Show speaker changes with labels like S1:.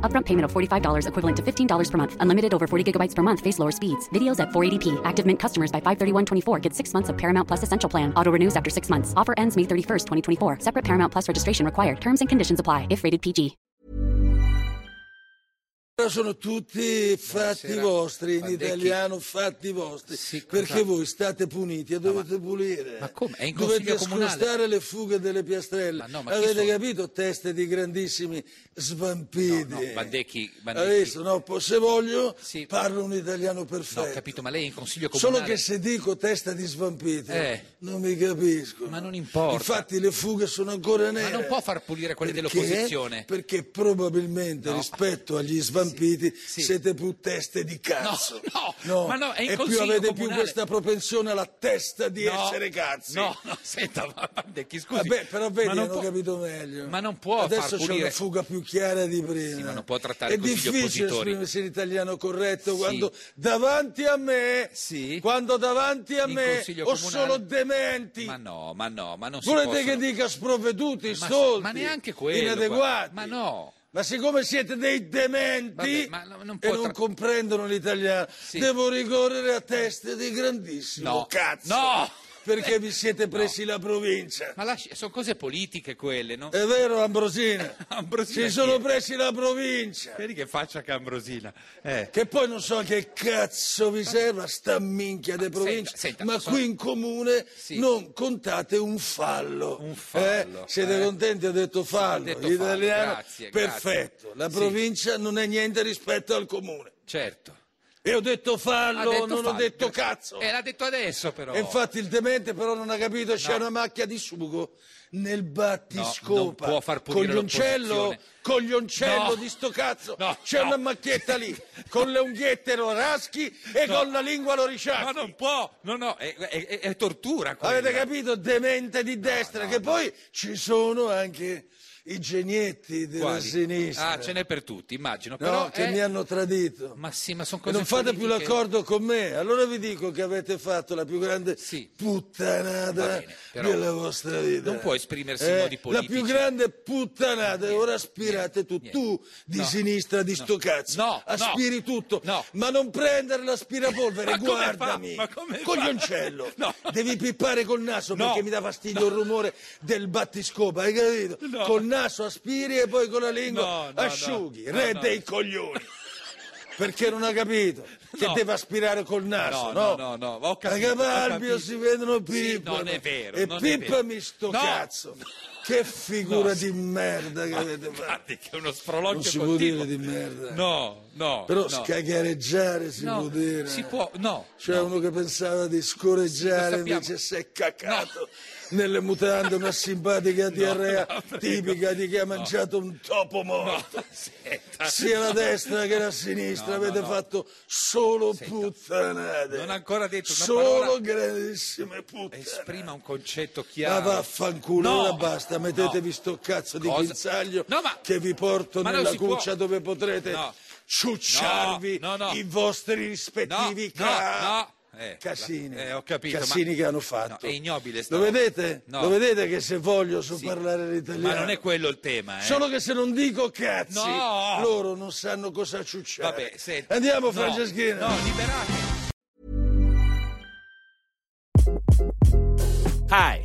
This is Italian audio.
S1: Upfront payment of $45 equivalent to $15 per month. Unlimited over 40 gigabytes per month. Face lower speeds. Videos at 480p. Active Mint customers by 531.24 get six months of Paramount Plus Essential Plan. Auto renews after six months. Offer ends May 31st, 2024. Separate Paramount Plus registration required. Terms and conditions apply if rated PG.
S2: Però sono tutti fatti vostri, in
S3: Bandecchi.
S2: italiano fatti vostri,
S3: Sì, cosa-
S2: perché voi state puniti e dovete pulire.
S3: ma come? È in
S2: dovete
S3: consiglio comunale.
S2: scrostare le fughe delle piastrelle.
S3: Ma no, ma chi
S2: Avete
S3: sono?
S2: capito? Teste di grandissimi svampidi.
S3: No, no, Bandecchi, Bandecchi.
S2: Adesso, no, po- se voglio
S3: Sì.
S2: parlo un italiano
S3: No,
S2: perfetto.
S3: ho capito, ma lei è in consiglio comunale.
S2: Solo che se dico testa di svampito
S3: Eh.
S2: non mi capisco.
S3: Ma non importa.
S2: Infatti le fughe sono ancora nere.
S3: Ma non può far pulire quelli
S2: Perché?
S3: dell'opposizione.
S2: Perché probabilmente
S3: No.
S2: rispetto agli svampiti
S3: Sì.
S2: siete più teste di cazzo.
S3: No, no, ma no, è in
S2: e più
S3: consiglio
S2: avete più
S3: comunale.
S2: questa propensione alla testa di
S3: No,
S2: essere cazzi.
S3: No, no, senta, ma Bandecchi, scusi.
S2: Vabbè, però vedi,
S3: ma non
S2: hanno
S3: può-
S2: capito meglio.
S3: Ma non può
S2: Adesso
S3: far
S2: c'è
S3: pulire.
S2: una fuga più chiara di prima.
S3: ma non può trattare
S2: È
S3: così gli
S2: difficile
S3: oppositori.
S2: esprimersi in italiano corretto quando davanti a me,
S3: Sì.
S2: quando davanti a
S3: In
S2: me
S3: consiglio
S2: ho
S3: comunale.
S2: solo dementi.
S3: Ma no, ma no, ma non si
S2: Volete
S3: possono-
S2: che dica sprovveduti,
S3: Ma-
S2: stolti,
S3: ma neanche quello,
S2: inadeguati.
S3: guarda. Ma no.
S2: Ma siccome siete dei dementi
S3: Vabbè, ma no- non
S2: e
S3: può
S2: non
S3: tra-
S2: comprendono l'italiano, devo ricorrere a teste di grandissimo
S3: No.
S2: cazzo.
S3: No!
S2: Perché vi siete presi la provincia.
S3: Ma lasci- sono cose politiche quelle, no?
S2: È vero, Ambrosina?
S3: Ambrosina
S2: Si
S3: chi
S2: Eh, sono
S3: è?
S2: presi la provincia.
S3: Vedi che faccia Cambrosina. Eh.
S2: Che poi non so che cazzo vi serva sta minchia di provincia,
S3: senta,
S2: ma
S3: sono-
S2: qui in comune
S3: Sì.
S2: non contate un fallo.
S3: Un fallo,
S2: eh? Siete
S3: eh.
S2: contenti? Ho detto fallo.
S3: detto fallo,
S2: L'italiano,
S3: grazie,
S2: perfetto.
S3: grazie.
S2: La
S3: Sì.
S2: provincia non è niente rispetto al comune.
S3: Certo.
S2: E ho detto
S3: Ha
S2: fallo,
S3: detto
S2: non ho
S3: fallo.
S2: detto cazzo.
S3: Eh, l'ha detto adesso però.
S2: E infatti il demente però non ha capito, c'è una macchia di sugo nel
S3: No, non
S2: battiscopa.
S3: può far pulire
S2: coglioncello,
S3: l'opposizione.
S2: coglioncello
S3: No.
S2: di sto cazzo.
S3: No,
S2: c'è
S3: no.
S2: una macchietta lì, con le unghiette lo raschi e
S3: No.
S2: con la lingua lo
S3: Ma
S2: risciacqui.
S3: non può. No, no, è, è- è- è tortura quella.
S2: Avete capito? Demente di destra, che poi ci sono anche i genietti della
S3: Quali?
S2: sinistra.
S3: Ah, ce n'è per tutti, immagino.
S2: no,
S3: però
S2: che
S3: è-
S2: mi hanno tradito.
S3: Ma sì, ma sono
S2: E
S3: cose
S2: non fate più
S3: politiche.
S2: l'accordo con me, allora vi dico che avete fatto la più grande
S3: Sì.
S2: puttanata
S3: Va bene, però
S2: della vostra vita. Eh,
S3: non può esprimersi in modi
S2: La più
S3: politici.
S2: grande puttanata, e ora aspirate tutto.
S3: niente.
S2: Tu di
S3: No,
S2: sinistra di sto cazzo,
S3: no,
S2: aspiri
S3: no,
S2: tutto,
S3: no.
S2: ma non prendere l'aspirapolvere,
S3: Ma come fa?
S2: guardami,
S3: Ma come fa?
S2: coglioncello,
S3: No.
S2: devi pippare col naso
S3: No.
S2: perché mi dà fastidio il rumore del battiscopa, hai capito?
S3: No.
S2: Col naso aspiri e poi con la lingua
S3: No, no,
S2: asciughi,
S3: no.
S2: re
S3: No, no.
S2: dei coglioni. Perché non ha capito che
S3: No.
S2: deve aspirare col naso, no?
S3: No, no, no, no, ho capito,
S2: A
S3: ho
S2: Capalbio
S3: capito.
S2: si vedono
S3: Sì,
S2: pippano.
S3: non è vero,
S2: E
S3: non è vero.
S2: pippami sto
S3: No.
S2: cazzo. Che figura
S3: No.
S2: di merda che avete fatto.
S3: Guardi che è uno sprologio
S2: Non si può
S3: continuo.
S2: dire di merda.
S3: No, no.
S2: Però
S3: no.
S2: scagareggiare si
S3: No,
S2: può dire. Cioè,
S3: si può- no,
S2: C'è
S3: no.
S2: uno che pensava di
S3: Lo
S2: scoreggiare,
S3: sappiamo.
S2: invece si è caccato nelle mutande, una simpatica diarrea
S3: no, prego.
S2: tipica di chi ha mangiato un topo
S3: No,
S2: morto.
S3: senta,
S2: Sia la destra che la sinistra
S3: No, no,
S2: avete
S3: no.
S2: fatto solo puttanate.
S3: Non ha ancora detto una
S2: Solo
S3: parola.
S2: grandissime puttanate.
S3: esprima un concetto
S2: Ma
S3: chiaro.
S2: Ah, vaffanculo,
S3: No,
S2: ora basta, mettetevi sto cazzo di
S3: Cosa?
S2: guinzaglio
S3: No, ma-
S2: che vi porto
S3: ma non
S2: nella
S3: si può.
S2: cuccia dove potrete
S3: No.
S2: ciucciarvi
S3: No, no, no.
S2: i vostri rispettivi
S3: No, no,
S2: ca-
S3: no. Eh,
S2: casini.
S3: eh, ho capito,
S2: Casini
S3: ma-
S2: che hanno fatto.
S3: No, è ignobile sta
S2: Lo
S3: roba.
S2: vedete?
S3: No.
S2: Lo vedete che se voglio so
S3: Sì.
S2: parlare l'italiano.
S3: Ma non è quello il tema, eh.
S2: Solo che se non dico cazzi,
S3: No.
S2: loro non sanno cosa ciucciare.
S3: Vabbè, senta.
S2: Andiamo
S3: No,
S2: Franceschina.
S3: No, liberate.
S4: Hi,